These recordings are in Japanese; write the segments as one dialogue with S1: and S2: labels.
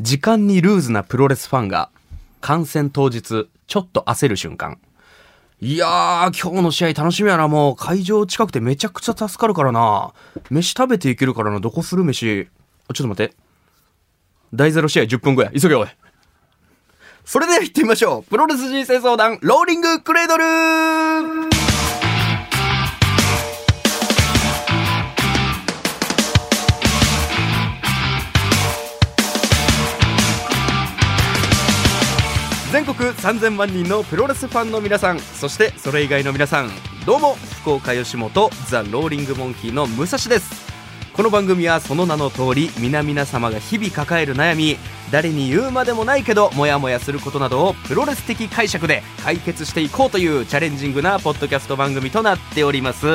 S1: 時間にルーズなプロレスファンが、観戦当日、ちょっと焦る瞬間。いやー、今日の試合楽しみやな、もう。会場近くてめちゃくちゃ助かるからな。飯食べていけるからな、どこする飯。あちょっと待って。第0試合10分後や。急げ、おい。それでは行ってみましょう。プロレス人生相談、ローリングクレードル全国3000万人のプロレスファンの皆さんそしてそれ以外の皆さんどうも福岡吉本ザ・ローリング・モンキーの武蔵ですこの番組はその名の通り皆々様が日々抱える悩み誰に言うまでもないけどモヤモヤすることなどをプロレス的解釈で解決していこうというチャレンジングなポッドキャスト番組となっております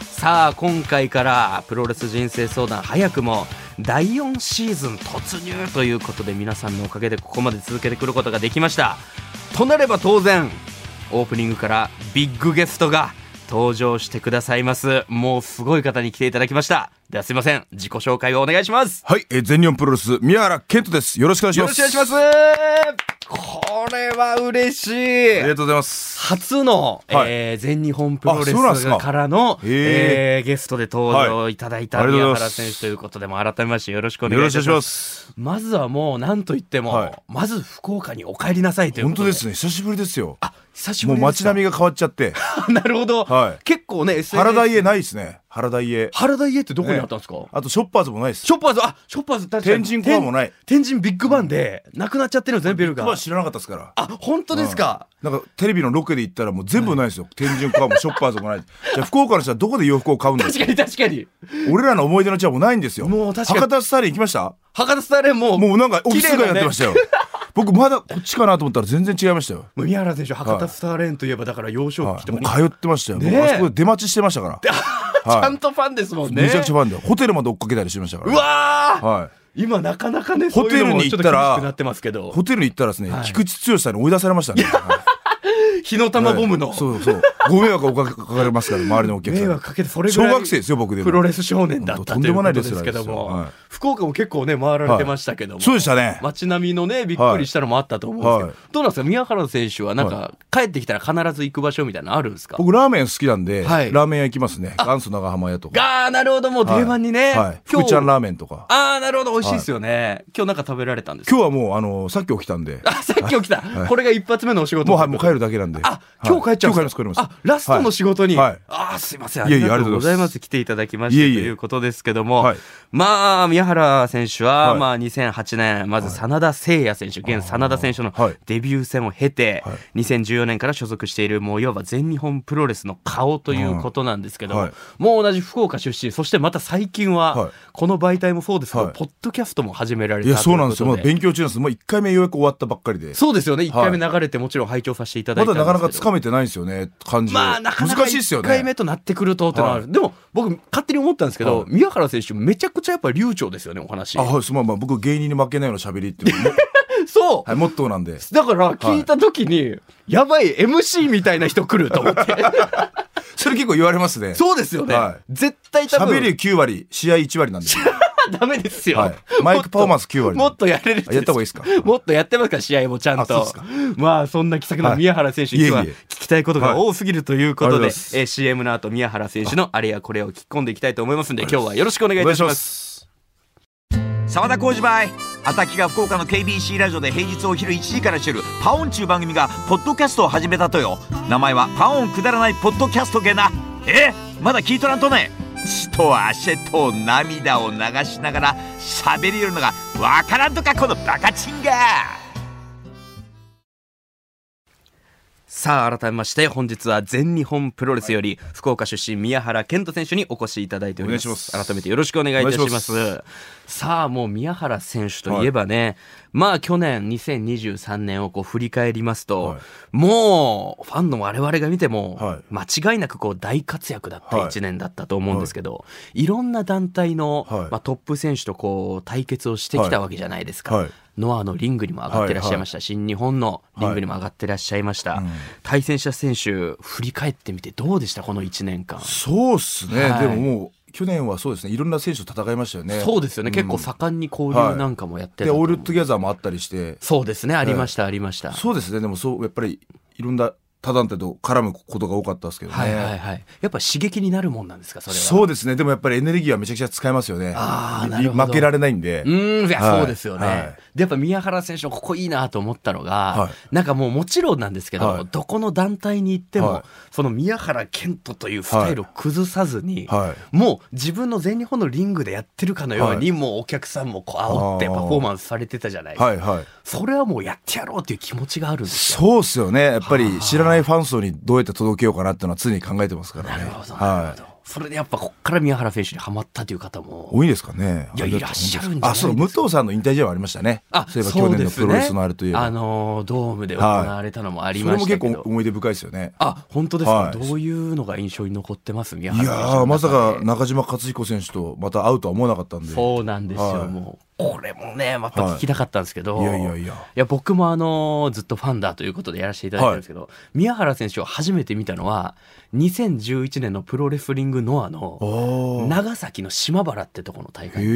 S1: さあ今回からプロレス人生相談早くも第4シーズン突入ということで皆さんのおかげでここまで続けてくることができましたとなれば当然オープニングからビッグゲストが登場してくださいますもうすごい方に来ていただきましたではすいません自己紹介をお願いします
S2: はい、えー全日本プロレス、宮原健人です。よろしくお願いし
S1: よ
S2: ま
S1: ろしく
S2: す。。
S1: お願いしますすこれは嬉しい
S2: ありがとうございます。
S1: 初の、
S2: はい
S1: えー全日本プロレ
S2: あそうなんで
S1: ス
S2: すか
S1: からの、
S2: へー
S1: えーゲストで登場いただいた
S2: はいありがとう
S1: 宮
S2: ござい
S1: 原選
S2: ます
S1: 手ということでも改めましてよろしくお
S2: よ
S1: 願い
S2: ろ
S1: い
S2: しくお
S1: た
S2: 願い
S1: し
S2: しま
S1: ます。
S2: す。
S1: まずはもう何と言っても、
S2: はい
S1: まず福岡にお帰りなさいというこ
S2: 本
S1: と
S2: 当
S1: で
S2: ですね、久しぶりですよ。
S1: あ久しぶ
S2: もう
S1: り
S2: 街並みが変わっちゃって、
S1: み なるほど、
S2: はい
S1: 結構ね SNS
S2: 原田家ないですね。原田家。
S1: 原田家ってどこにあったんですか、
S2: あとショッパーズもないです。
S1: ショッパーズあショッパーズ確かに
S2: 天神コアもない
S1: 天天神ビッグバンでなくなっちゃってるんですねビル
S2: 僕は
S1: が
S2: 知らなかったですから。
S1: あ本当ですか、
S2: なんかテレビのロケで行ったらもう全部ないですよ。天神川もショッパーズも ない。じゃあ福岡の人はどこで洋服を買うんだよ
S1: 確かに確かに
S2: 俺らの思い出の地はもうないんですよ。
S1: もう確かに
S2: 博多スタイル行きました
S1: 博多スタイルも
S2: もうなんかオフィス街やってましたよ。僕まだこっちかなと思ったら全然違いましたよ。
S1: もう宮原選手博多スターレーンといえばだから幼少
S2: は
S1: 期
S2: い、
S1: と
S2: もう
S1: か、
S2: 通ってましたよ。
S1: ねえ
S2: もうあそこで出待ちしてまし たから。はい
S1: ちゃんとファンですもんね
S2: めちゃくちゃファンだよホテルまで追っかけたりしてましたから
S1: うわー、
S2: は
S1: 今なかなかねそう
S2: ホテ
S1: いう
S2: ル
S1: のも
S2: に
S1: ち
S2: 行
S1: ょっ
S2: っ
S1: と
S2: たら
S1: 厳しくなってますけ
S2: い
S1: ど
S2: ホテルに行ったらですね、
S1: い
S2: 菊池剛さんに追い出されましたねはい
S1: 火の玉ボムの、
S2: そうそうご迷惑をおかけかかれますから周りのお客さん
S1: 迷惑かけてそれぐらい
S2: 小学生ですよ僕でも
S1: プロレス少年だったとい
S2: 本当とんで
S1: うこ
S2: もな
S1: と
S2: い
S1: で
S2: レスラ
S1: す
S2: ー
S1: け
S2: です
S1: ど
S2: よ
S1: も、
S2: はい
S1: 福岡も結構ね回られてましたけども、
S2: そうでしたね
S1: 街並みのねびっくりしたのもあったと思うんですけど、
S2: はい
S1: どうなんですか宮原選手はなんか、帰ってきたら必ず行く場所みたいなのあるんですか
S2: 僕ラーメン好きなんで、
S1: はい
S2: ラーメン屋行きますね元祖長浜屋とか
S1: がーなるほどもう定番にね、
S2: はいはい、福ちゃんラーメンとか
S1: ああなるほど美味しいですよね、今日なんか食べられたんですか
S2: 今日はもうあのさっき起きたんで
S1: あさっき起きた、これが一発目のお仕事
S2: もう,、はい、もう帰るだけなんで
S1: あ今日帰っちゃうん
S2: はい、
S1: で
S2: 今
S1: すか
S2: 日帰ります帰ります
S1: あラストの仕事に、
S2: はいはい
S1: あーすいませんあ
S2: いえいえ
S1: りがとうござい
S2: ありがとうござい
S1: ま
S2: ますす
S1: 来ていただきまして
S2: いえいえ
S1: ということですけども、
S2: はい
S1: まあ宮原選手は、
S2: はい
S1: まあ、2008年まず真田誠也選手現真田選手の
S2: はい
S1: デビュー戦を経て、
S2: はい
S1: 2014年から所属しているもういわば全日本プロレスの顔ということなんですけども、
S2: はい
S1: もう同じ福岡出身そしてまた最近は、
S2: はい
S1: この媒体もそうですけど、
S2: はい
S1: ポッドキャストも始められた
S2: いやそうなんですよ
S1: とい
S2: ま
S1: う
S2: だ
S1: こと
S2: 勉強中なんですもう1回目ようやく終わったばっかりで
S1: そうですよね1
S2: はい
S1: 回目流れてもちろん拝聴させていただ
S2: ま
S1: いた
S2: だ
S1: んです
S2: な
S1: けど
S2: かなかつかめてないんですよね感じを
S1: まあ、なかなか
S2: 難しいですよ
S1: 1
S2: ね
S1: 回目となってくるとってのはある、
S2: は
S1: でも僕、勝手に思ったんですけど、
S2: はい
S1: 宮原選手、めちゃくちゃやっぱ流暢ですよね、お話
S2: あ。はいすまんまあ僕芸人に負けないような喋りっていう のも
S1: そう、
S2: はいモットーなんで
S1: だから聞いた時に、やばい、MC みたいな人来ると思 って、
S2: それ結構言われますね
S1: そうですよね、
S2: はい
S1: 絶対多
S2: 喋
S1: 分
S2: り9割試合1割なんですよ
S1: ダメですよ、
S2: はいマイクパフォーマンス9割
S1: もっとやれる
S2: あやった方がいいですか
S1: もっとやってますから、試合もちゃん
S2: あそうで
S1: と
S2: すか。
S1: まあ、そんな気さくな宮原選手、
S2: はい
S1: 今日はい
S2: えい
S1: 聞
S2: え
S1: きたいことが多すぎるということ
S2: はい
S1: で、え
S2: ありがとうございます
S1: ー CM の後、宮原選手のあれやこれを聞き込んでいきたいと思いますんで、今日はよろしくお願いいたします。
S2: す
S3: 沢田浩二バイ アタキが福岡の KBC ラジオで平日お昼1時からしてる「パオン」ちゅう番組がポッドキャストを始めたとよ名前は「パオンくだらないポッドキャストゲな」えまだ聞いとらんとね血と汗と涙を流しながら喋りよるのがわからんとかこのバカチンが
S1: さあ改めまして本日は全日本プロレスより福岡出身宮原健人選手にお越しいただいております
S2: お願いします
S1: 改めてよろしくお願いいたします
S2: お願いし
S1: さあもう宮原選手といえばね、まあ去年2023年をこう振り返りますと、
S2: はい
S1: もうファンの我々が見ても、
S2: はい
S1: 間違いなくこう大活躍だった
S2: はい
S1: 1年だったと思うんですけど、い、ろんな団体の、
S2: はい
S1: まあ、トップ選手とこう対決をしてきたわけじゃないですか、
S2: はい
S1: ノアのリングにも上がってらっしゃいました、新日本のリングにも上がってらっしゃいました、
S2: ん
S1: 対戦した選手振り返ってみてどうでしたこの1年間
S2: そうっすね、
S1: はい
S2: でももう去年はそうですねいろんな選手と戦いましたよね
S1: そうですよね、
S2: ん
S1: 結構盛んに交流なんかもやってた
S2: で
S1: と
S2: オ
S1: 思
S2: ー
S1: う
S2: ルトゥギャザーもあったりして
S1: そうですねありました、ありました
S2: そうですねでもそうやっぱりいろんな他団体と絡むことが多かったですけどね、
S1: はいはいはいやっぱ刺激になるもんなんですかそれは
S2: そうですねでもやっぱりエネルギーはめちゃくちゃ使えますよね
S1: あー
S2: い
S1: なるほど
S2: 負けられないんで
S1: うーんいや
S2: はい
S1: そうですよね、
S2: はい
S1: でやっぱ宮原選手のここいいなと思ったのが、
S2: はい
S1: なんかもうもちろんなんですけど、
S2: はい
S1: どこの団体に行っても、
S2: はい
S1: その宮原健人というスタイルを崩さずに、
S2: はい
S1: もう自分の全日本のリングでやってるかのように、
S2: はい
S1: もうお客さんもこう煽って
S2: あ
S1: パ
S2: ー
S1: フォーマンスされてたじゃない、
S2: はいはい
S1: それはもうやってやろうという気持ちがあるんですよ。
S2: そうっすよねやっぱり知らないファン層にどうやって届けようかなっていうのは常に考えてますから
S1: な
S2: ね
S1: るほど、な
S2: は
S1: る
S2: い
S1: ほど。それでやっぱこっから宮原選手にはまったという方も。
S2: 多いですかね
S1: いや
S2: あれだ
S1: いらっしゃるんじゃない
S2: あそう武藤さんの引退試合はありましたねそういえば去年のプロレスのあれといえば、
S1: あのードームで行われたのもあり
S2: それ
S1: ま
S2: も
S1: した
S2: 結
S1: け
S2: 構
S1: ど。
S2: 思い出深いですよね
S1: あ、本当ですか、
S2: はい
S1: どういうのが印象に残ってます宮
S2: い
S1: 原選手の中
S2: やー
S1: で
S2: まさか中島克彦選手とまた会うとは思わなかったんで
S1: そうなんですよ、
S2: はい
S1: もう。これもね、また聞きたかったんですけど。
S2: いやいやいや
S1: いや僕もあのーずっとファンだということでやらせていただいたんですけど、宮原選手を初めて見たのは2011年のプロレスリングノアの
S2: ああ
S1: 長崎の島原ってとこの大会
S2: へ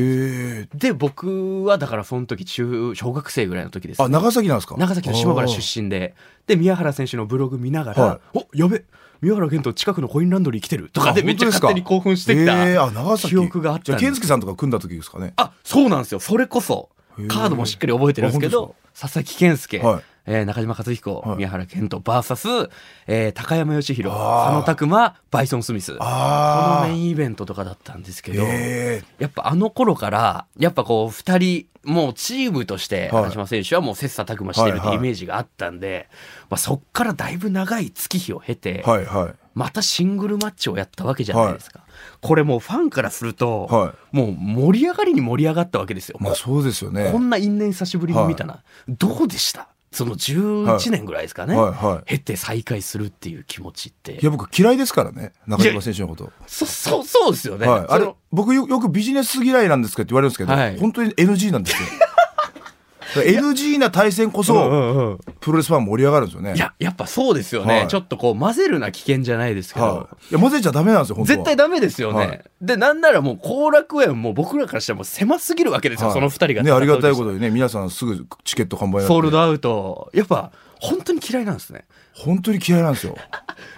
S2: え
S1: で僕はだからその時中小学生ぐらいの時です
S2: あ長崎なんですか
S1: 長崎の島原出身でで宮原選手のブログ見ながら「
S2: は
S1: おやべ宮原健人近くのコインランドリー来てる」とかで
S2: あ
S1: めっちゃ
S2: 本当ですか
S1: 勝手に興奮してき
S2: えーあ
S1: た
S2: 長崎
S1: 記憶があったん
S2: じゃ
S1: で
S2: 健介さんとか組んだ時ですかね
S1: あそうなんですよそれこそ
S2: へー
S1: カードもしっかり覚えてるんですけ
S2: あ本
S1: ど佐々木健介、
S2: はい
S1: えー中島克彦、
S2: はい
S1: 宮原健人 VS、えー高山義弘
S2: あー
S1: 佐野拓磨バイソン・スミスこの
S2: あ
S1: メイ
S2: あ
S1: ンイベントとかだったんですけど、
S2: え
S1: やっぱあの頃からやっぱこう2人もうチームとして
S2: はい
S1: 中島選手はもう切磋琢磨してるっ
S2: はい
S1: て
S2: はい
S1: イメージがあったんで、まあ、そっからだいぶ長い月日を経て、
S2: ーはいは
S1: またシングルマッチをやったわけじゃないですか、これもうファンからすると、
S2: は
S1: もう盛り上がりに盛り上がったわけですよ、
S2: いまあそうですよね
S1: こんな因縁久しぶりに見たな、どうでしたその11年ぐらいですかね、
S2: はいはい
S1: 経て再会するっていう気持ちって
S2: いや僕嫌いですからね中島選手のこと
S1: そそうそうですよね、
S2: はい、あ
S1: そ
S2: れ
S1: の
S2: 僕よよくビジネス嫌いなんですかって言われるんですけど、
S1: はい
S2: 本当に NG な んですよだから NG な対戦こそ、
S1: んうんうん
S2: プロレスファン盛り上がるんですよね
S1: いや、やっぱそうですよね。
S2: はい
S1: ちょっとこう、混ぜるな危険じゃないですけど、
S2: はい、いや混ぜちゃダメなんですよ本当は
S1: 絶対ダメですよね。
S2: はい
S1: で、なんならもう、後楽園も僕らからしたらもう狭すぎるわけですよ、
S2: はい
S1: その二人が。
S2: ねありがたいこと
S1: と。
S2: にね皆さんすぐチケット完売になって
S1: ソールドアウト。やっぱ、本当に嫌いなんですね。
S2: 本当に嫌いなんですよ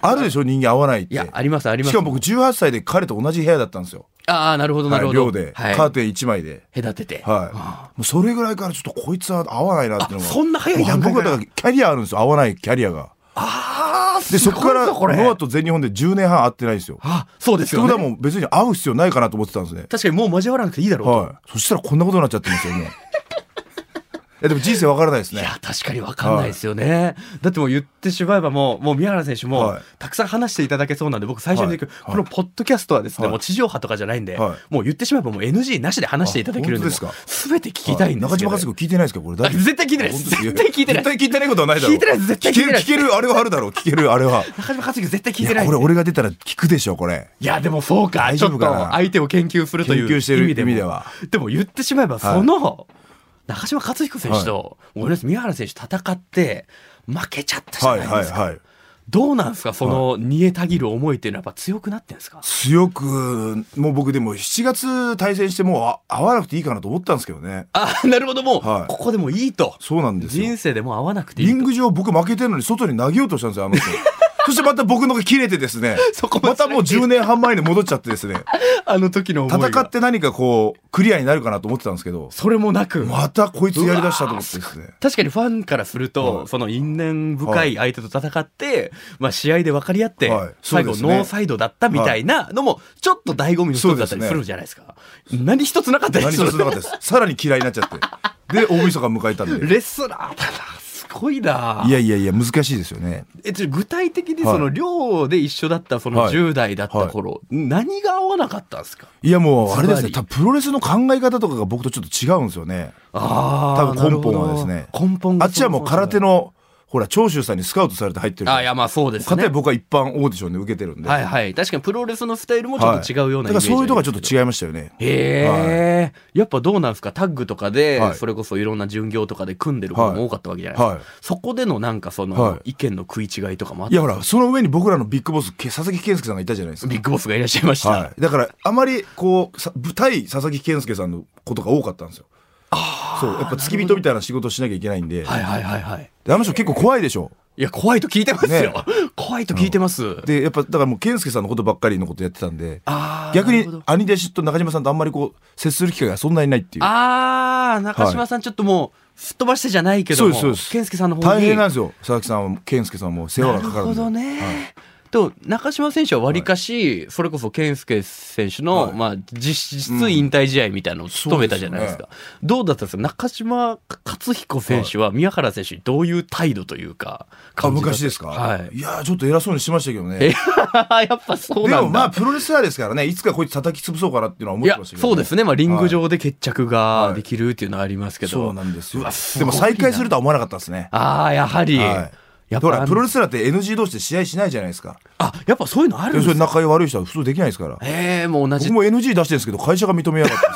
S2: あるでしょ人間合わないって
S1: いや、あります、あります。
S2: しかも僕18歳で彼と同じ部屋だったんですよ、
S1: ああ、なるほど、なるほ
S2: はい、
S1: ど。
S2: 寮で、
S1: はい
S2: カーテン1枚で
S1: 隔てて。
S2: はいもうそれぐらいからちょっとこいつは合わないなっていうのが
S1: あそんな早い段階
S2: も
S1: か
S2: う
S1: ら
S2: 僕はだからキャリアあるんですよ合わないキャリアが
S1: ああ、す
S2: でそこ
S1: ご
S2: か
S1: い
S2: ら
S1: ぞ、これ。
S2: ノアと全日本で10年半会ってないんですよ
S1: あ、そうです
S2: って
S1: よ
S2: ことは
S1: ね。
S2: もう別に会う必要ないかなと思ってたんですね。
S1: 確かにもう交わらなくていいだろうと。
S2: はい。そしたらこんなことになっちゃってるんです よ、もう。いや、でも人生わからないです
S1: い
S2: ね。
S1: や、確かに分かんないですよね。だってもう言ってしまえばもう、もう宮原選手も
S2: はい、
S1: たくさん話していただけそうなんで、僕最初に言う、
S2: はい
S1: このポッドキャストはですね、
S2: はい
S1: もう地上波とかじゃないんで、
S2: は
S1: もう言ってしまえばもう NG なしで話していただけるんで、
S2: あ本当です
S1: すべて聞きたいんですけど、
S2: 中島和子聞いてないですかこれ
S1: あ
S2: 大丈夫
S1: 絶対聞いてないです。
S2: 本当
S1: 絶対聞いてない。
S2: 絶対聞いてないことはないだろ
S1: 聞いてないです絶対聞いてない
S2: 聞ける、聞ける、あれはあるだろう。聞ける、あれは。
S1: 中島克樹絶対聞
S2: い
S1: いてな
S2: や、
S1: い。
S2: これ俺が出たら聞くでしょ、これ。
S1: いや、でもそうか。
S2: 大
S1: ち
S2: 丈
S1: ょっ
S2: 夫
S1: と
S2: かな
S1: 相手を研究するという
S2: 研究してる
S1: 意味でも
S2: 意味では
S1: でも言ってしまえば、その、中島克彦選手と、俺です宮原選手戦って、負けちゃったじゃ
S2: は
S1: ない
S2: い、
S1: ですか。
S2: はい、はい。
S1: どうなんですかその、煮えたぎる思いっていうのはやっぱ強くなってんですか
S2: 強く、もう僕でも7月対戦してもうあ会わなくていいかなと思ったんですけどね。
S1: あ なるほどもう、
S2: はい
S1: ここでもいいと
S2: そうなんですよ
S1: 人。生でもう会わなくていい
S2: リ
S1: と
S2: ング上僕負けてるのに外に投げようとしたんですよ、あの人。そしてまた僕のが切れてですね。
S1: そこ
S2: またもう10年半前に戻っちゃってで すね。
S1: あの時の思いが
S2: 戦って何かこう、クリアになるかなと思ってたんですけど、
S1: それもなく、
S2: またこいつやりだしたと思ってですね。
S1: 確かにファンからすると、
S2: はい
S1: その因縁深い相手と戦って、まあ、試合で分かり合って、
S2: はい
S1: 最後
S2: そうです
S1: ノ
S2: ね
S1: ーサイドだったみたいなのもちょっと醍醐味の一つだったりするんじゃないですか何一つなかったで
S2: 何
S1: す
S2: 一つなかったです。さらに嫌いになっちゃって。で、大晦日迎えたんで。
S1: レスラーだなすごいない
S2: やいやいや、難しいですよね。
S1: えちょ具体的に
S2: はい
S1: その寮で一緒だったその
S2: はい
S1: 10代だった頃、何が合わなかったんですか
S2: いやもう、あれですね、
S1: ズバ
S2: 多分プロレスの考え方とかが僕とちょっと違うんですよね。
S1: あ
S2: 多分根本はですね
S1: 根本
S2: あっちはもう空手
S1: の
S2: のほら長州さんにスカウトされて入ってる
S1: あいやまあそうです
S2: かた
S1: ね
S2: や僕は一般オーディションで受けてるんで、
S1: はいはい確かにプロレスのスタイルもちょっと違うようなイメージあり
S2: だから
S1: ますけど、
S2: そういうとこはちょっと違いましたよね
S1: へえ、やっぱどうなんですかタッグとかで、
S2: はい
S1: それこそいろんな巡業とかで組んでることも多かったわけじゃないですか、
S2: はいはい
S1: そこでのなんかその、
S2: は
S1: 意見の食い違いとかもあっ
S2: い
S1: た
S2: やほらその上に僕らのビッグボスけ佐々木健介さんがいたじゃないですか
S1: ビッグボスがいらっしゃいました、
S2: はい、だからあまりこうさ舞台佐々木健介さんのことが多かったんですよそうやっぱ付き人みたいな仕事をしなきゃいけないんで,、
S1: はいはいはいはい
S2: であの人結構怖いでしょ
S1: いや怖いと聞いてますよ、
S2: ね
S1: 怖いと聞いてます、
S2: でやっぱだからもう健介さんのことばっかりのことやってたんで
S1: あー
S2: 逆
S1: な
S2: に
S1: るほど
S2: 兄弟子と中島さんとあんまりこう接する機会がそんなにないっていう
S1: あー中島さんちょっともうすっ飛ばしてじゃないけども
S2: そうですそうです
S1: 健介さんの方に
S2: 大変なんですよ佐々木さんは健介さんはもう世話がかかるん
S1: なるほ
S2: で
S1: どね、と中島選手はわりかし、それこそ健介選手の、
S2: はい
S1: まあ、実質引退試合みたいなのを務めたじゃないですか、どうだったんですか中島克彦選手は宮原選手にどういう態度というか
S2: あ
S1: 感じだった
S2: 昔ですか、
S1: はい
S2: い、やーちょっと偉そうにしてましたけどね
S1: え やっぱそう
S2: で
S1: なんだ
S2: もまあプロレスラーですからねいつかこいつ叩き潰そうかなっていうのは思
S1: い
S2: って
S1: や
S2: ましたけど、
S1: そうですね、まあ、リング上で決着
S2: は
S1: が
S2: い
S1: できるっていうのはありますけど、
S2: そうなんですよ
S1: うわす
S2: で
S1: ごい
S2: も
S1: な
S2: 再開するとは思わなかったですね
S1: ああやはり、
S2: はい
S1: やっ
S2: ほら
S1: ぱ
S2: プロレスラーって NG 同士で試合しないじゃないですか
S1: あやっぱそういうのあるん
S2: で
S1: で
S2: それ
S1: すか
S2: 仲良い悪い人は普通できないですから
S1: えー、もう同じ
S2: 僕も NG 出してるんですけど会社が認めやがったで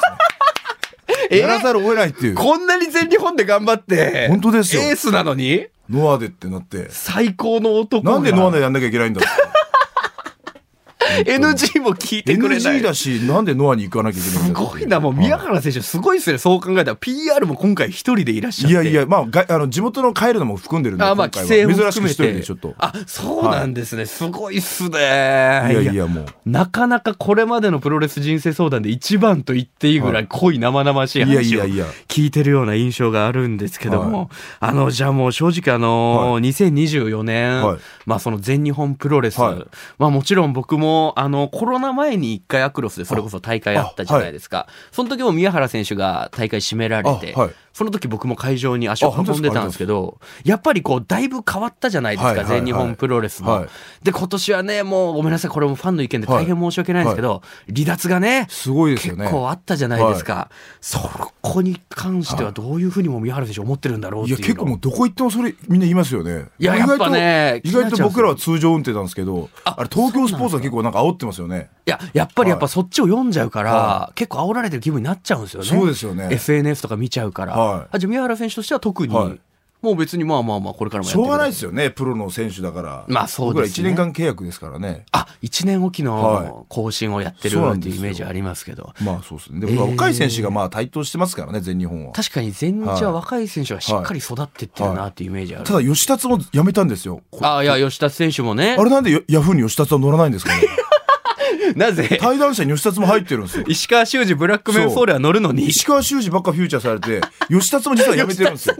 S2: すねやらざるを得ないっていう
S1: こんなに全日本で頑張って。
S2: 本当ですよ
S1: エースなのに
S2: ノアでってなって
S1: 最高の男が。
S2: なんでノアでやんなきゃい けないんだろ
S1: ?NG も聞いうてくれない。
S2: NG だしなんでノアに行かなきゃいけない
S1: す
S2: んだろう
S1: ごいな、もう宮原選手すごいですね。そう考えたら PR も今回一人でいらっしゃっ
S2: い
S1: て。
S2: やいやまあがあの地元の帰るのも含んでるんで
S1: あまあ
S2: 今回
S1: 規制も
S2: は珍し
S1: 含
S2: く
S1: め
S2: 一
S1: て
S2: 人でちょっと
S1: あそうなんですね、すごいっすねいや
S2: いやいやもう
S1: なかなかこれまでのプロレス人生相談で一番と言っていいぐら
S2: はい
S1: 濃い生々しい
S2: い
S1: 話を
S2: やいやいや
S1: 聞いてるような印象があるんですけども、
S2: は
S1: あのじゃあもう正直あのー2024年、
S2: はい
S1: まあその全日本プロレス、
S2: はい
S1: まあもちろん僕もあのコロナ前に一回アクロスでそれこそ大会あったじゃないですか、その時も宮原選手が大会締められて、
S2: あはい
S1: その時僕も会場に足を運んでたんですけどやっぱりこうだいぶ変わったじゃないですか、
S2: はいはいはい
S1: 全日本プロレスも、
S2: はい
S1: で今年はねもうごめんなさいこれもファンの意見で大変申し訳ないんですけど、離脱がね
S2: すごいです
S1: 結
S2: よね
S1: 構あったじゃないですか、そこに関してはどういうふうにも宮原選手思ってるんだろうっ
S2: い
S1: ていう
S2: や
S1: の
S2: 結構もうどこ行ってもそれみんな言いますよね
S1: いや
S2: 意外と
S1: やっぱね
S2: 意外と僕らは通常運転なんですけど
S1: あ
S2: あれ東京スポーツは結構なんか煽ってますよね
S1: いややっぱりやっぱ
S2: は
S1: そっちを読んじゃうから、
S2: は
S1: 結構煽られてる気分になっちゃうんですよね
S2: そうですよね
S1: SNS とか見ちゃうから、
S2: はい
S1: あじゃあ宮原選手としては特に、
S2: はい
S1: もう別にまあまあまあこれからもや
S2: し
S1: って
S2: ょうがない
S1: で
S2: ですすよねプロの選手だから
S1: まあそうですね
S2: 僕ら1年間契約ですからね
S1: あ1年おき
S2: は
S1: の更新をやってる
S2: そうな
S1: っ
S2: ん
S1: て
S2: です
S1: いう
S2: よ
S1: イメージありますけど、
S2: まあそうですね
S1: え
S2: で
S1: ー
S2: 若い選手がまあ台頭してますからね全日本は
S1: 確かに前日
S2: はい
S1: は若い選手はしっかり育ってってるなっていうイメージある、
S2: ただ吉達も辞めたんですよこ
S1: あいや吉田選手もね
S2: あれなんでヤヤフーに吉達は乗らないんですかね
S1: なぜ
S2: 対談者に吉達も入ってるんですよ
S1: 石川修司ブラックメンソーレは乗るのに
S2: 石川修司ばっかフューチャーされて吉達も実は辞めてるん ですよ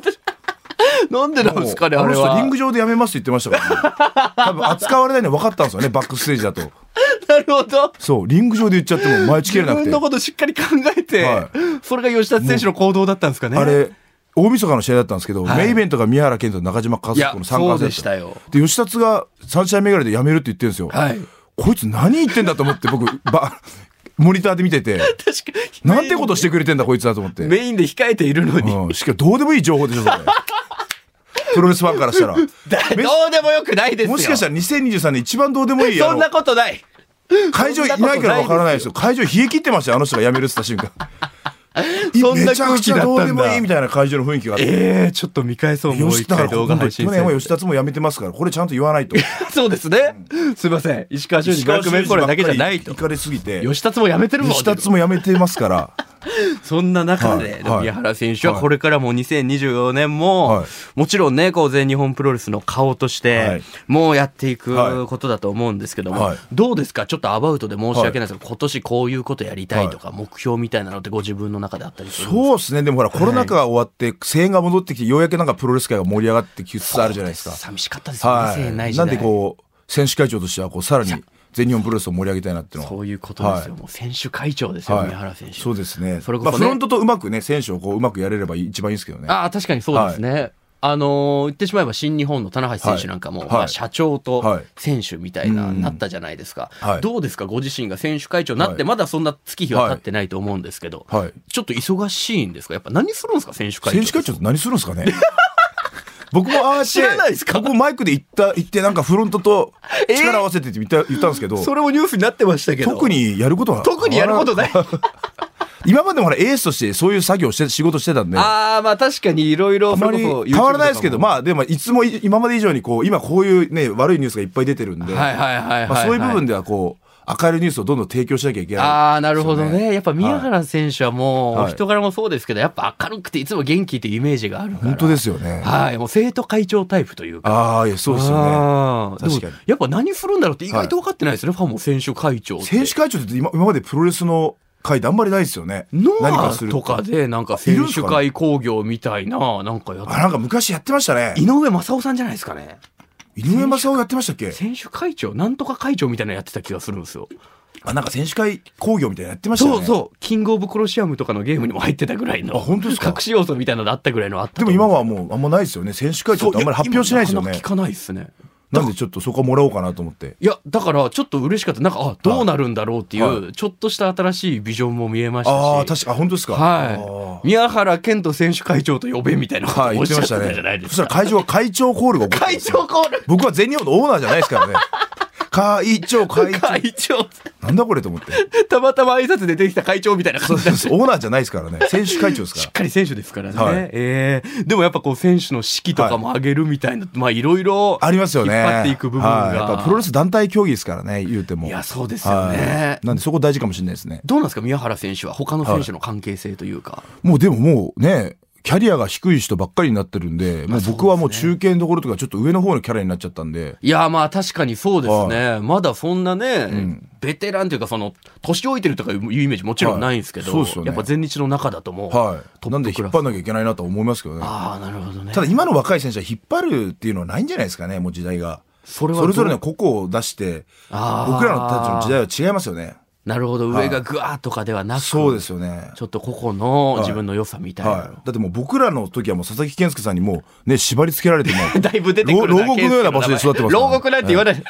S1: なんでなんですかね
S2: もう
S1: あれ
S2: の人リン
S1: は
S2: グ上で辞めますって言ってましたから、ね、多分扱われないの分かったんですよねバックステージだと
S1: なるほど
S2: そうリング上で言っちゃっても前チ切
S1: 自
S2: れなく
S1: 分
S2: て
S1: のことしっかり考えて、
S2: は
S1: それが吉田選手の行動だったんですかね
S2: あれ大晦日の試合だったんですけど、
S1: はい
S2: メインイベントが宮原健人と中島和
S1: いや
S2: 彦の参加
S1: そう
S2: 戦
S1: でしたよ
S2: で吉達が3試合目ぐらいでやめるって言ってるんですよ、
S1: はい
S2: こいつ何言ってんだと思って僕ばモニターで見てて
S1: 確かに
S2: なんてことしてくれてんだこいつだと思って、
S1: メインで控えているのに、
S2: うん、しかもどうでもいい情報でしょそれプロレスファンからしたら
S1: だどうでもよくないですよ
S2: もしかしたら2023年一番どうでもいいや
S1: そん
S2: ろ
S1: なことない
S2: 会場いないからわからないですよ会場冷え切ってましたよあの人が辞めるって言った瞬間
S1: そんな
S2: めちゃ
S1: 空
S2: く
S1: 気
S2: ち
S1: だ
S2: ゃ
S1: ったんだ
S2: どうでもいいみたいな会場の雰囲気があって
S1: ええちょっと見返そうもう
S2: 吉
S1: 一
S2: 田
S1: 回
S2: だから
S1: 動画配信
S2: 去
S1: され
S2: 年
S1: て
S2: は吉達も辞めてますからこれちゃんと言わないと
S1: そうですね。すいません。石川修司ブラックメンコーラだけじゃないと
S2: 行。かれすぎて
S1: 吉達もやめてるもん。
S2: 吉達も辞めてますから
S1: そんな中で、
S2: はい
S1: でも
S2: はい
S1: 宮原選手はこれからも2024年も、
S2: はい
S1: もちろんね、こう全日本プロレスの顔として、
S2: はい
S1: もうやってい
S2: は
S1: く
S2: い
S1: ことだと思うんですけども、
S2: はい
S1: どうですかちょっとアバウトで申し訳ないですけど、今年こういうことやりたいとか、目標みたいなのってご自分の中であったりするんですか
S2: そうですねでもほらコロナ禍が終わって声援が戻ってきてようやくなんかプロレス界が盛り上がってきつつあるじゃないですか
S1: 寂しかったですよね、
S2: は
S1: 声援ない
S2: い
S1: 時代
S2: なんでこう選手会長としてはこうさらに全日本プロレスを盛り上げたいなっていうのは
S1: そういうことですよ。
S2: は
S1: もう選手会長ですよ、
S2: はい
S1: 宮原選手。
S2: そうですね
S1: それこそ
S2: まあ
S1: ね
S2: フロントとうまくね選手をこううまくやれれば一番いいですけどね
S1: ああ、確かにそうですね。あのー言ってしまえば新日本の棚橋選手なんかも、
S2: はい
S1: ま
S2: は
S1: あ、
S2: い
S1: 社長と
S2: はい
S1: 選手みたいな、
S2: うん
S1: なったじゃないですか、
S2: はい
S1: どうですか、ご自身が選手会長になって、
S2: はい
S1: まだそんな月日は経ってないと思うんですけど、
S2: はい
S1: ちょっと忙しいんですか、やっぱ何するんですか、選手会長。
S2: 選手会長って何するんですかね 僕もああし
S1: 知
S2: て
S1: らないですか
S2: 僕もマイクで行った行ってなんかフロントと力を合わせてって言った,、言ったんですけど
S1: それもニュースになってましたけど
S2: 特にやることは
S1: 特にやることない
S2: 今までもほらエースとしてそういう作業して仕事してたんであ
S1: ああまあ確かにいろいろ
S2: まり変わらないですけどまあでもいつもい今まで以上にこう今こういうね悪いニュースがいっぱい出てるんで、
S1: はいはいはいはいはい
S2: まあ、そういう部分ではこう明るいニュースをどんどん提供しなきゃいけない
S1: ああなるほど
S2: ですよ
S1: ねやっぱ宮原選手はもう、
S2: はい
S1: お人柄もそうですけどやっぱ明るくていつも元気っていうイメージがあるから
S2: 本当ですよね
S1: はいもう生徒会長タイプというか
S2: ああいやそうですよね
S1: あーで
S2: 確
S1: も
S2: かに
S1: やっぱ何振るんだろうって意外と分かってないですね、ファンも選手会長って
S2: 選手会長って今今までプロレスの会ってあんまりないですよね
S1: ノ
S2: 何か
S1: ア
S2: する
S1: とかでなんか選手会興行みたいななんかやっ
S2: あなんか昔やってましたね
S1: 井上正雄さんじゃないですかね
S2: 井上正雄やってましたっけ
S1: 選手会長なんとか会長みたいなのやってた気がするんですよ
S2: あなんか選手会工業みたいなのやってましたよ
S1: そう
S2: ね
S1: そうキングオブコロシアムとかのゲームにも入ってたぐらいの
S2: あ本当ですか
S1: 隠し要素みたいなのあったぐらいのあった
S2: でも今はもうあんまないですよね選手会長ってあんまり発表しないですよ
S1: そうや
S2: ね
S1: 今なかなか聞かないですね
S2: なんでちょっとそこはもらおうかなと思って
S1: いやだからちょっと嬉しかったなんかあどうなるんだろうっていう、
S2: は
S1: ちょっとした新しいビジョンも見えましたし
S2: ああ確かあ本当ですか
S1: はいい宮原健人選手会長と呼べみたいなこと
S2: はい
S1: をお
S2: 言
S1: っ
S2: って
S1: しゃ
S2: ま
S1: っ
S2: してた
S1: たじゃない
S2: ね
S1: で
S2: そし
S1: す
S2: た
S1: から
S2: 会長は会長コールが起こって
S1: 会長コール
S2: 僕は全日本のオーナーじゃないです からね会長会長
S1: 会長
S2: なんだこれと思って
S1: たまたま挨拶で出てきた会長みたいな感じだし
S2: オーナーじゃないですからね選手会長です
S1: しっ
S2: か
S1: かり選手ですからね、
S2: はい
S1: ええでもやっぱこう選手の指揮とかも上げるみたいな、まあいろいろ
S2: らありますよね
S1: 引っ張っていく部分が、
S2: はいやっぱプロレス団体競技ですからね言うても
S1: いやそうですよね
S2: はいなんでそこ大事かもしれないですね
S1: どうなんですか宮原選手は他の選手の関係性というか、
S2: もうでももうね、キャリアが低い人ばっかりになってるんで、もう僕はもう中堅どころとかちょっと上の方のキャラになっちゃったんで、
S1: い、やまあ確かにそうですね、まだそんなね、ベテランというかその年老いてるとかいうイメージもちろんないんですけど、
S2: はいそうですよね
S1: やっぱ全日の中だともう、
S2: はい。
S1: ト
S2: なん
S1: ッ
S2: で
S1: プク
S2: 引
S1: ラ
S2: っ
S1: ス
S2: 張んなきゃいけないなとは思いますけどね。
S1: ああなるほどね
S2: ただ今の若い選手は引っ張るっていうのはないんじゃないですかね、もう時代が。
S1: それはどう
S2: それぞれの個々を出して、
S1: あー
S2: 僕らのたちの時代は違いますよね。
S1: なるほど上がグワーとかではなく、
S2: そうですよね。
S1: ちょっと個々の自分の良さみたいな、
S2: はい。だってもう僕らの時はもう佐々木健介さんにもうね、縛り付けられても
S1: だいぶ出てくる
S2: 牢牢獄のような場所で育ってますから
S1: 牢獄なんて言わない、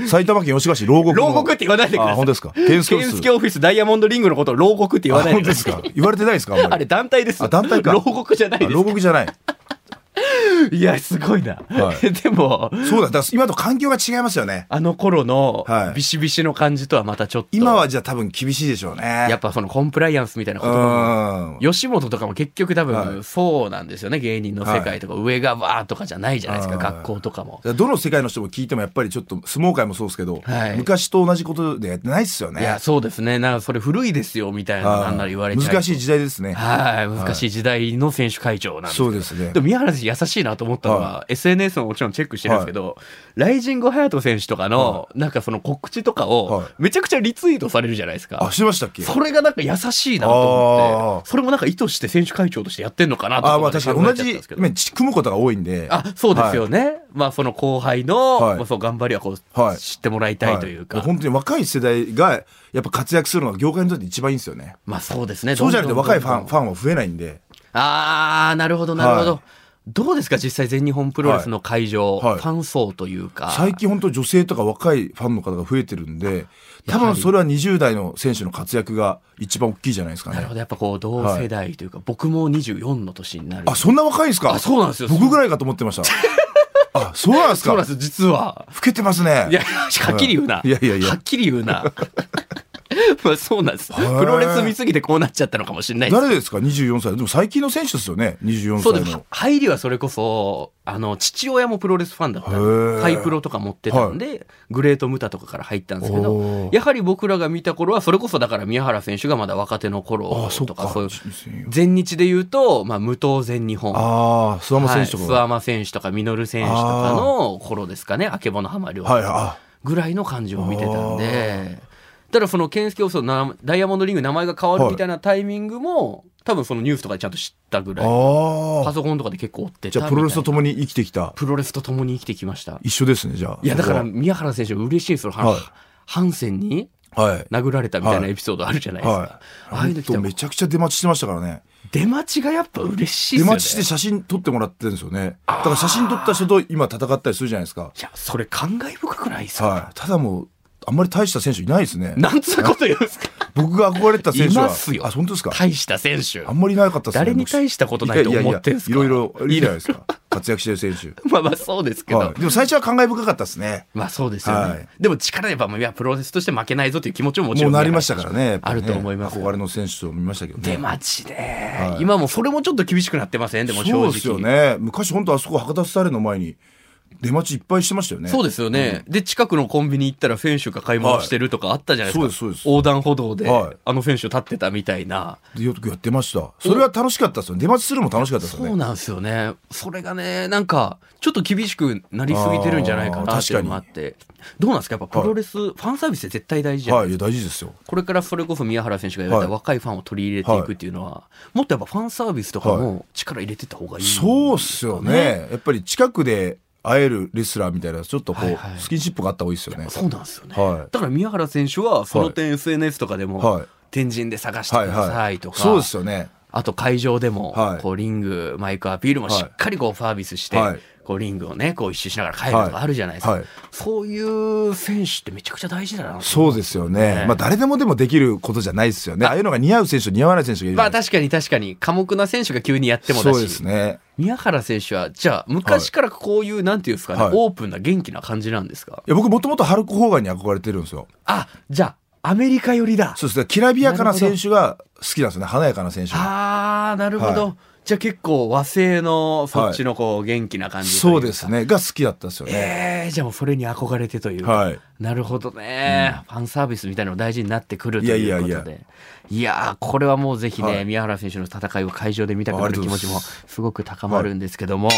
S2: う、埼玉県吉川市牢獄の。
S1: 牢獄って言わないでください
S2: あ、本当ですか。
S1: 健
S2: 健介オフィス
S1: 介オフィスダイヤモンドリングのことを牢獄って言わない
S2: あ
S1: で
S2: 本
S1: く
S2: 当
S1: だ
S2: で
S1: さ
S2: すか。言われてないですかあんま
S1: い
S2: り
S1: あれ団体です
S2: あ団体か
S1: 牢獄じゃないで
S2: あ
S1: す
S2: 牢獄じゃない。
S1: いやすごいな、
S2: は い
S1: でも
S2: そうだ、だから今と環境が違いますよね。
S1: あの頃の
S2: はい
S1: ビシビシの感じとはまたちょっと
S2: 今はじゃあ多分厳しいでしょうね。
S1: やっぱそのコンプライアンスみたいなことも
S2: うん。
S1: 吉本とかも結局多
S2: は
S1: 分そうなんですよね芸人の世界とか上がわーとかじゃないじゃないですか
S2: うん
S1: 学校とかも
S2: どの世界の人も聞いてもやっぱりちょっと相撲界もそうですけど、
S1: はい
S2: 昔と同じことでやってないっすよね。
S1: いやそうですねなんかそれ古いですよみたいな
S2: はい
S1: なんなら言われちゃう
S2: 難しい時代ですね。
S1: はい難しい時代の選手会長なんですけど
S2: そうですね
S1: で。も宮原選手優しいなと思ったのは、SNS ももちろんチェックしてるんですけど、ライジング隼人選手とかの、なんかその告知とかを
S2: はい、
S1: めちゃくちゃリツイートされるじゃないですか。
S2: あ、してましたっけ
S1: それがなんか優しいなと思っ
S2: あー
S1: て、それもなんか意図して選手会長としてやってんのかなとか
S2: あ、まあ確かに
S1: 考
S2: 同
S1: えちゃったんで
S2: じ
S1: すけど
S2: 面、ち組むことが多いんで。
S1: あ、そうですよね。まあその後輩の、
S2: はい
S1: まあそう頑張りはこう、
S2: はい
S1: 知ってもらいたいというか。
S2: は本当に若い世代がやっぱ活躍するのが業界にとって一番いいんですよね。
S1: まあそうですね。
S2: そうじゃなく
S1: ど
S2: て
S1: んどん
S2: 若い
S1: どん
S2: フ
S1: どん
S2: ァン、ファンは増えないんで。
S1: あー、なるほど、なるほど。
S2: はい
S1: どうですか実際全日本プロレスの会場、
S2: はいはい
S1: ファン層というか。
S2: 最近本当女性とか若いファンの方が増えてるんで、多分それは20代の選手の活躍が一番大きいじゃないですか
S1: なる
S2: ね
S1: ほ。ど、やっぱこう、同世代というか、僕も24の年になる。
S2: あ、そんな若いんですか
S1: あそうなんですよ
S2: 僕ぐらいかと思ってました。あ、そうなんです
S1: そうなん
S2: か
S1: ですよ、実は。
S2: 老けてますね。
S1: いや、はっきり言うな。
S2: いやいやいや
S1: はっきり言う な。まあそうなんです。プ
S2: ー
S1: ロレス見すぎてこうなっちゃったのかもしれないです。
S2: 誰ですか ?24 歳。でも最近の選手ですよね。24
S1: そう
S2: 歳
S1: でも
S2: の。、
S1: 入りはそれこそ、あの、父親もプロレスファンだった
S2: へ
S1: んで、
S2: ー
S1: ハイプロとか持ってたんで、グレートムタとかから入ったんですけど
S2: お、ー
S1: やはり僕らが見た頃は、それこそだから宮原選手がまだ若手の頃
S2: あ、そっ
S1: とか、
S2: か
S1: そういう、。
S2: 2004
S1: 全日で言うと、まあ、無党全日本。
S2: ああ、諏訪間選手と
S1: はい、
S2: か
S1: 諏
S2: が。
S1: 訪間選手とか稔選手とかの頃ですかね、あけぼの浜亮
S2: はい、あ、
S1: ぐらいの感じを見てたんで、だからその健介オフィスのなダイヤモンドリング名前が変わるみたいなタイミングも、多分そのニュースとかでちゃんと知ったぐ
S2: あ
S1: らい、パ
S2: ー。
S1: ソコンとかで結構追ってたみた
S2: じ
S1: い
S2: ゃ
S1: な
S2: あプロレスと共に生きてきた。
S1: プロレスと共に生きてきました。
S2: 一緒ですね、じゃあ。
S1: いや、だから
S2: そ
S1: 宮原選手嬉しいですよ、は
S2: はい
S1: ハンセンに
S2: こははい。
S1: 殴られたみたいな
S2: はい
S1: エピソードあるじゃないですか。
S2: はい。
S1: ああいうの来た
S2: ほんと
S1: ら
S2: めちゃくちゃ出待ちしてましたからね。
S1: 出待ちがやっぱ嬉しいです
S2: 出
S1: よね。
S2: 待ちして写真撮ってもらってるんですよね。だから写真撮った人と今戦ったりするじゃないですか。
S1: いや、それ感慨深くないですか、
S2: はい。ただもう、あんまり大した選手いないですね。
S1: なんつうこと言うんですか
S2: 僕が憧れてた選手は。
S1: いますよ
S2: あ、本当ですか
S1: 大した選手
S2: あ。んまりいなかったですね。
S1: 誰に対したことないと思ってんすか
S2: いやいやいやいろいろいいじゃないですか。活躍してる選手。
S1: まあまあそうです けど、
S2: はい、でも最初は感慨深かったですね。
S1: まあそうですよね、
S2: はい
S1: でも力やっぱいやプロレスとして負けないぞという気持ちももち
S2: も
S1: ろ
S2: うんなりましたからね。やっぱ
S1: あ
S2: り
S1: る
S2: ね
S1: と思います
S2: 憧れの選手と見ましたけどね。
S1: 出待ちで、
S2: い
S1: 今もそれもちょっと厳しくなってませんでも正直
S2: そうですよね。昔本当あそこ博多スタイルの前に出待ちいっぱいしてましたよね。
S1: そうですよね、で近くのコンビニ行ったら選手が買い物してるとかあったじゃないですか、
S2: はいそうですそうです
S1: 横断歩道で、
S2: はい
S1: あの選手立ってたみたいな
S2: でよくやってました。それは楽しかったですよ。出待ちするのも楽しかったですよ
S1: そう
S2: ね。
S1: なんですよねそれがねなんかちょっと厳しくなりすぎてるんじゃないかな
S2: あー
S1: っていうのもあってどうなんですかやっぱプロレス、ファンサービスって絶対大事じゃない
S2: はい、いや大事ですよ。
S1: これからそれこそ宮原選手が言われた
S2: はい
S1: 若いファンを取り入れていくっていうのは、もっとやっぱファンサービスとかも力入れてった方がいい、
S2: そうっすよね。やっぱり近くで会えるレスラーみたいな、ちょっとこ、
S1: はいはいう
S2: スキンシップがあった方がいいですよね。
S1: そうなんですよね、
S2: はい
S1: だから宮原選手はその点 SNS とかでも、
S2: はい
S1: 天神で探して
S2: は
S1: く
S2: い
S1: だ
S2: は
S1: さい
S2: い
S1: と。か、
S2: そうですよね。
S1: あと会場でも、
S2: はい
S1: こうリングマイクアピールもしっかりこうサービスして、
S2: はい
S1: こうリングをねこう一周しながら帰るとかあるじゃないですか、
S2: はいはい
S1: そういう選手ってめちゃくちゃ大事だなと
S2: そうですよね。まあ誰でもでもできることじゃないですよね。ああいうのが似合う選手と似合わない選手がいるじ
S1: ま
S2: ゃ
S1: あ
S2: ないで
S1: 確かに確かに寡黙な選手が急にやっても
S2: す
S1: だ
S2: か。
S1: し
S2: そうですね。
S1: 宮原選手はじゃあ昔からこういう、なんていうんですかね、
S2: はい
S1: オープンな元気な感じなんですか
S2: いや僕もともとハルク・ホーガンに憧れてるんですよ。
S1: あじゃあアメリカ寄りだ
S2: そうですね。きらびやかな選手が好きなんですよね。華やかな選手が。
S1: あーなるほど、じゃあ結構和製のそっちのこう元気な感じとい
S2: そう
S1: か
S2: うですね。が好きだったですよね。
S1: えー、じゃあもうそれに憧れてというか、
S2: はい
S1: なるほどね、ファンサービスみたいなの大事になってくると
S2: いやい
S1: い
S2: や
S1: う
S2: い
S1: ことでい
S2: や
S1: やーこれはもうぜひね、
S2: はい
S1: 宮原選手の戦いを会場で見たくな
S2: あり
S1: る
S2: が
S1: 気
S2: と
S1: 持
S2: うご
S1: ち
S2: ざい
S1: も
S2: ます
S1: すごく高まるんですけども、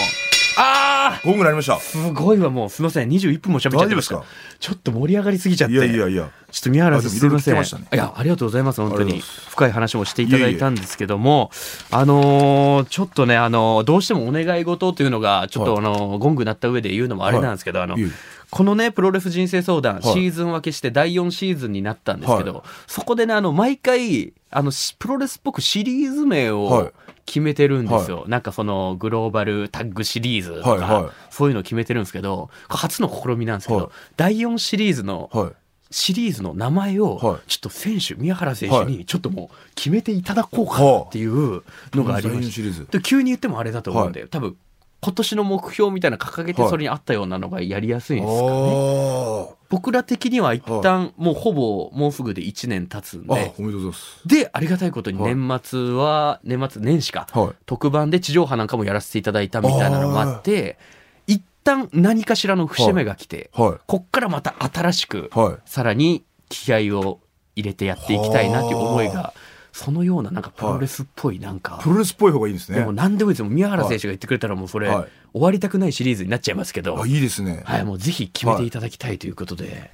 S1: あー
S2: ゴングなりました。
S1: すごいわもうすみません21分も喋っちゃってました
S2: 大丈夫です
S1: ちょっと盛り上がりすぎちゃって
S2: いやいやいや。
S1: ちょっと宮原さん
S2: あでも
S1: すみません
S2: いろいろ聞けましたね
S1: いやありがとうございます本当
S2: あり
S1: に
S2: がとうござい
S1: 深い話もしていただいたんですけどもあのーちょっとねあのーどうしてもお願い事というのがちょっと
S2: は
S1: あのーゴング鳴った上で言うのもあれなんですけどあの
S2: いえいえ
S1: このねプロレス人生相談
S2: い
S1: シーズン分けして第4シーズンになったんですけ
S2: は
S1: どそこでねあの毎回あのしプロレスっぽくシリーズ名
S2: は
S1: を
S2: い
S1: 決めてるんですよなんかそのグローバルタッグシリーズと
S2: はいはい
S1: かそういうのを決めてるんですけどこれ初の試みなんですけ
S2: はい
S1: ど第4シリーズの
S2: はい。
S1: シリーズの名前を
S2: はい
S1: ちょっと選手宮原選手にちょっともう決めていただこうかなっていうのがありま
S2: 第四
S1: し
S2: シリーズ
S1: た。で急に言ってもあれだと思うんで、多分今年の目標みたいなの掲げて
S2: はい
S1: それに合ったようなのがやりやすいん
S2: あ
S1: ですかね。
S2: ー
S1: 僕ら的には一旦もうほぼもうすぐで1年経つん
S2: あ
S1: で。
S2: おめでとうございます。
S1: でありがたいことに
S2: はい
S1: 年末は年末年始か
S2: はい
S1: 特番で地上波なんかもやらせていただいたみたいなのもあって一旦何かしらの節目が来て
S2: は
S1: こっからまた新しく
S2: い。はい。
S1: さらに気合を入れてやっていきたいなっていう思いがそのようななんかプロレスっぽいなんか、
S2: プロレスっぽい方がいいんです
S1: で
S2: ね
S1: も。何でもいいですよ宮原選手が言ってくれたらもうそれ、
S2: はい
S1: 終わりたくないシリーズになっちゃいますけど、は
S2: あ、
S1: い
S2: いいですね。
S1: もうぜひ決めていただきたいということで、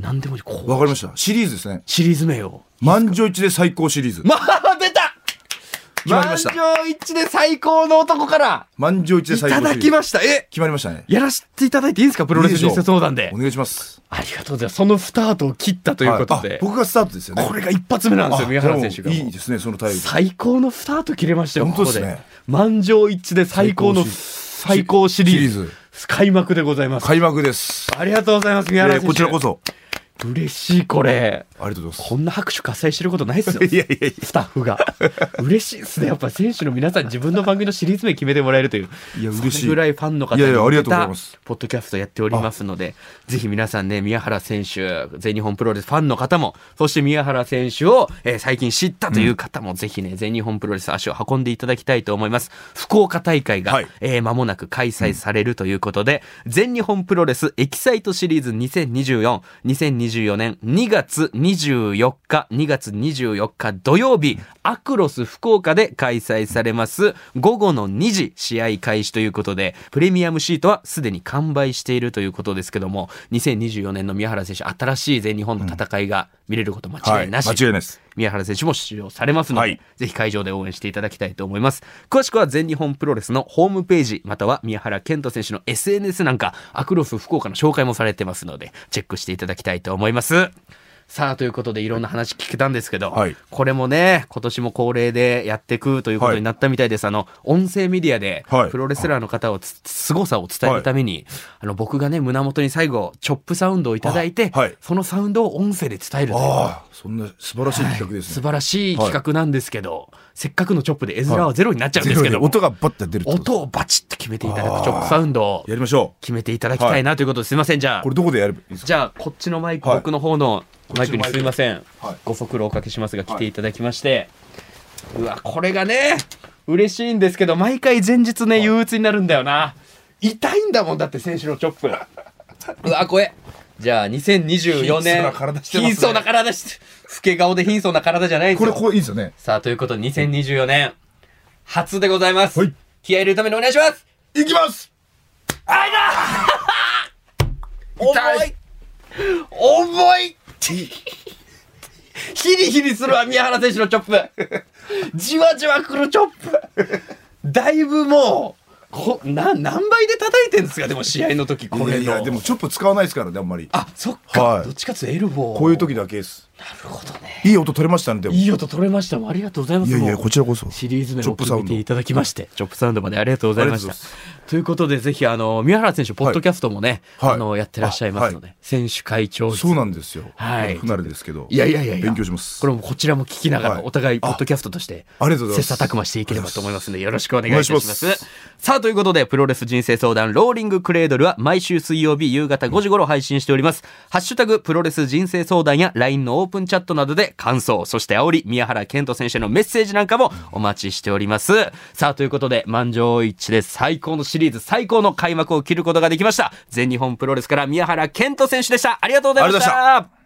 S1: 何でもいいこう
S2: わかりました。シリーズですね。
S1: シリーズ名を
S2: 満場一致で最高シリーズ。
S1: まあ出た
S2: 決まりました
S1: 満場一致で最高の男から
S2: 満場一致で
S1: い
S2: 最
S1: た
S2: 高
S1: だ
S2: シリ
S1: き
S2: ーズ。
S1: ましたえ
S2: 決まりましたね。
S1: やらせていただいていいんですかプロレス人生相談で
S2: お願いします。
S1: ありがとうございますそのスタートを切ったということで、
S2: はいあ僕がスタートですよね。
S1: これが一発目なんですよ宮原選手が
S2: あでもいいですね、そのタイプ。
S1: 最高のスタート切れましたよ、こ
S2: 本
S1: こ
S2: 当です
S1: で
S2: ね。
S1: 満場一致で最高の最
S2: 最
S1: 高
S2: 高
S1: シ
S2: シ
S1: リ
S2: リ
S1: ー
S2: ー
S1: ズ
S2: ズ
S1: 開幕でございます。
S2: 開幕です。
S1: ありがとうございます、宮原
S2: え
S1: 選
S2: ー
S1: 手。
S2: こちらこ。そ。
S1: 嬉しい、これ。
S2: ありがとうございます。
S1: こんな拍手喝采してることないっすよ。
S2: いやいやい
S1: スタッフが。嬉しいっすね。やっぱ選手の皆さん自分の番組のシリーズ名決めてもらえるという。
S2: いや嬉しい
S1: それぐらいファンの方
S2: い
S1: に
S2: やいやあり
S1: 向
S2: が
S1: け
S2: とうござ
S1: た
S2: います
S1: ポッドキャストやっておりますので、ぜひ皆さんね、宮原選手、全日本プロレスファンの方も、そして宮原選手を、えー最近知ったという方も、ぜひね、全日本プロレス足を運んでいただきたいと思います。福岡大会が、
S2: はい
S1: えー間もなく開催されるということで、全日本プロレスエキサイトシリーズ2024、2024年2月24日、2月24日土曜日、アクロス福岡で開催されます。午後の2時試合開始ということで、プレミアムシートはすでに完売しているということですけども、2024年の宮原選手、新しい全日本の戦いが見れること間違
S2: はい、
S1: いな
S2: 間違
S1: し。
S2: いないです。
S1: 宮原選手も出場されますので、
S2: はい
S1: ぜひ会場で応援していただきたいと思います。詳しくは全日本プロレスのホームページ、または宮原健人選手の SNS なんか、アクロス福岡の紹介もされてますので、チェックしていただきたいと思います。さあ、ということでいろんな話聞けたんですけど、
S2: はい
S1: これもね、今年も恒例でやっていくということになったみたいです。あの、音声メディアで
S2: は、い
S1: プロレスラーの方をつつ凄さを伝えるために、あの僕がね胸元に最後チョップサウンドをいただいて、
S2: あはい
S1: そのサウンドを音声で伝えるという
S2: ああそんな素晴らしい企画です
S1: 素
S2: ね、
S1: 晴らしい企画なんですけど、せっかくのチョップで絵面はゼロになっちゃうんですけども、
S2: 音がバッて出るってこと
S1: 音をバチッと決めていただくチョップサウンドを
S2: やりましょ
S1: 決めていただきたいなということですいませんじゃ
S2: う
S1: あ
S2: これどこでやればいいんですか
S1: じゃあこっちのマイク、
S2: はい
S1: 僕の方のマイクに
S2: こっちのマイク
S1: すいません、
S2: はい
S1: ご足労おかけしますが来ていただきまして、うわこれがね嬉しいんですけど毎回前日ね憂鬱になるんだよな痛いんだもんだって選手のチョッ プうわ怖えじゃあ2024年
S2: 貧相な体してますね
S1: 貧相な体して老け顔で貧相な体じゃないんです
S2: こ
S1: よ
S2: れこういいですよね
S1: さあということで2024年初でございます、
S2: はい
S1: 気合い入れるためにお願いします
S2: いきます痛い
S1: 重い重いヒリヒリするわ宮原選手のチョップじわじわくるチョップだいぶもうこな何倍で叩いてんですかでも試合の時これの
S2: いやいやでもチョップ使わないですからねあんまり
S1: あそっか、
S2: はい
S1: どっちかっていうとエルボー
S2: こういう時だけです
S1: なるほどね
S2: いい音取れましたねでも
S1: いい音取れましたもんありがとうございます
S2: いやいや
S1: もう
S2: こちらこそ
S1: シリーズ名
S2: チョ
S1: を
S2: ップサウン
S1: 決
S2: ド
S1: めていただきましてチョップサウンドまでありがとうございました
S2: ありがとうござ
S1: ということでぜひあの宮原選手ポッドキャストもね、
S2: はい
S1: あのやってらっしゃいますので、選手会長室
S2: そうなんですよ
S1: はい
S2: 不慣れですけど
S1: いやいやいやいや
S2: 勉強します
S1: これもこちらも聞きながら
S2: はい
S1: お互いポッドキャストとして
S2: あありがとうございます
S1: 切磋琢磨していければと思いますのでよろしくお願いいたします
S2: お願いしま
S1: さあということでプロレス人生相談ローリングクレードルは毎週水曜日夕方5時頃配信しておりますハッシュタグプロレス人生相談や LINE のオープンチャットなどで感想そして煽り宮原健人選手へのメッセージなんかもお待ちしておりますさあということで満場一致で最高のシリーズ最高の開幕を切ることができました全日本プロレスから宮原健人選手でしたありがとうございまし
S2: ありがとうご
S1: た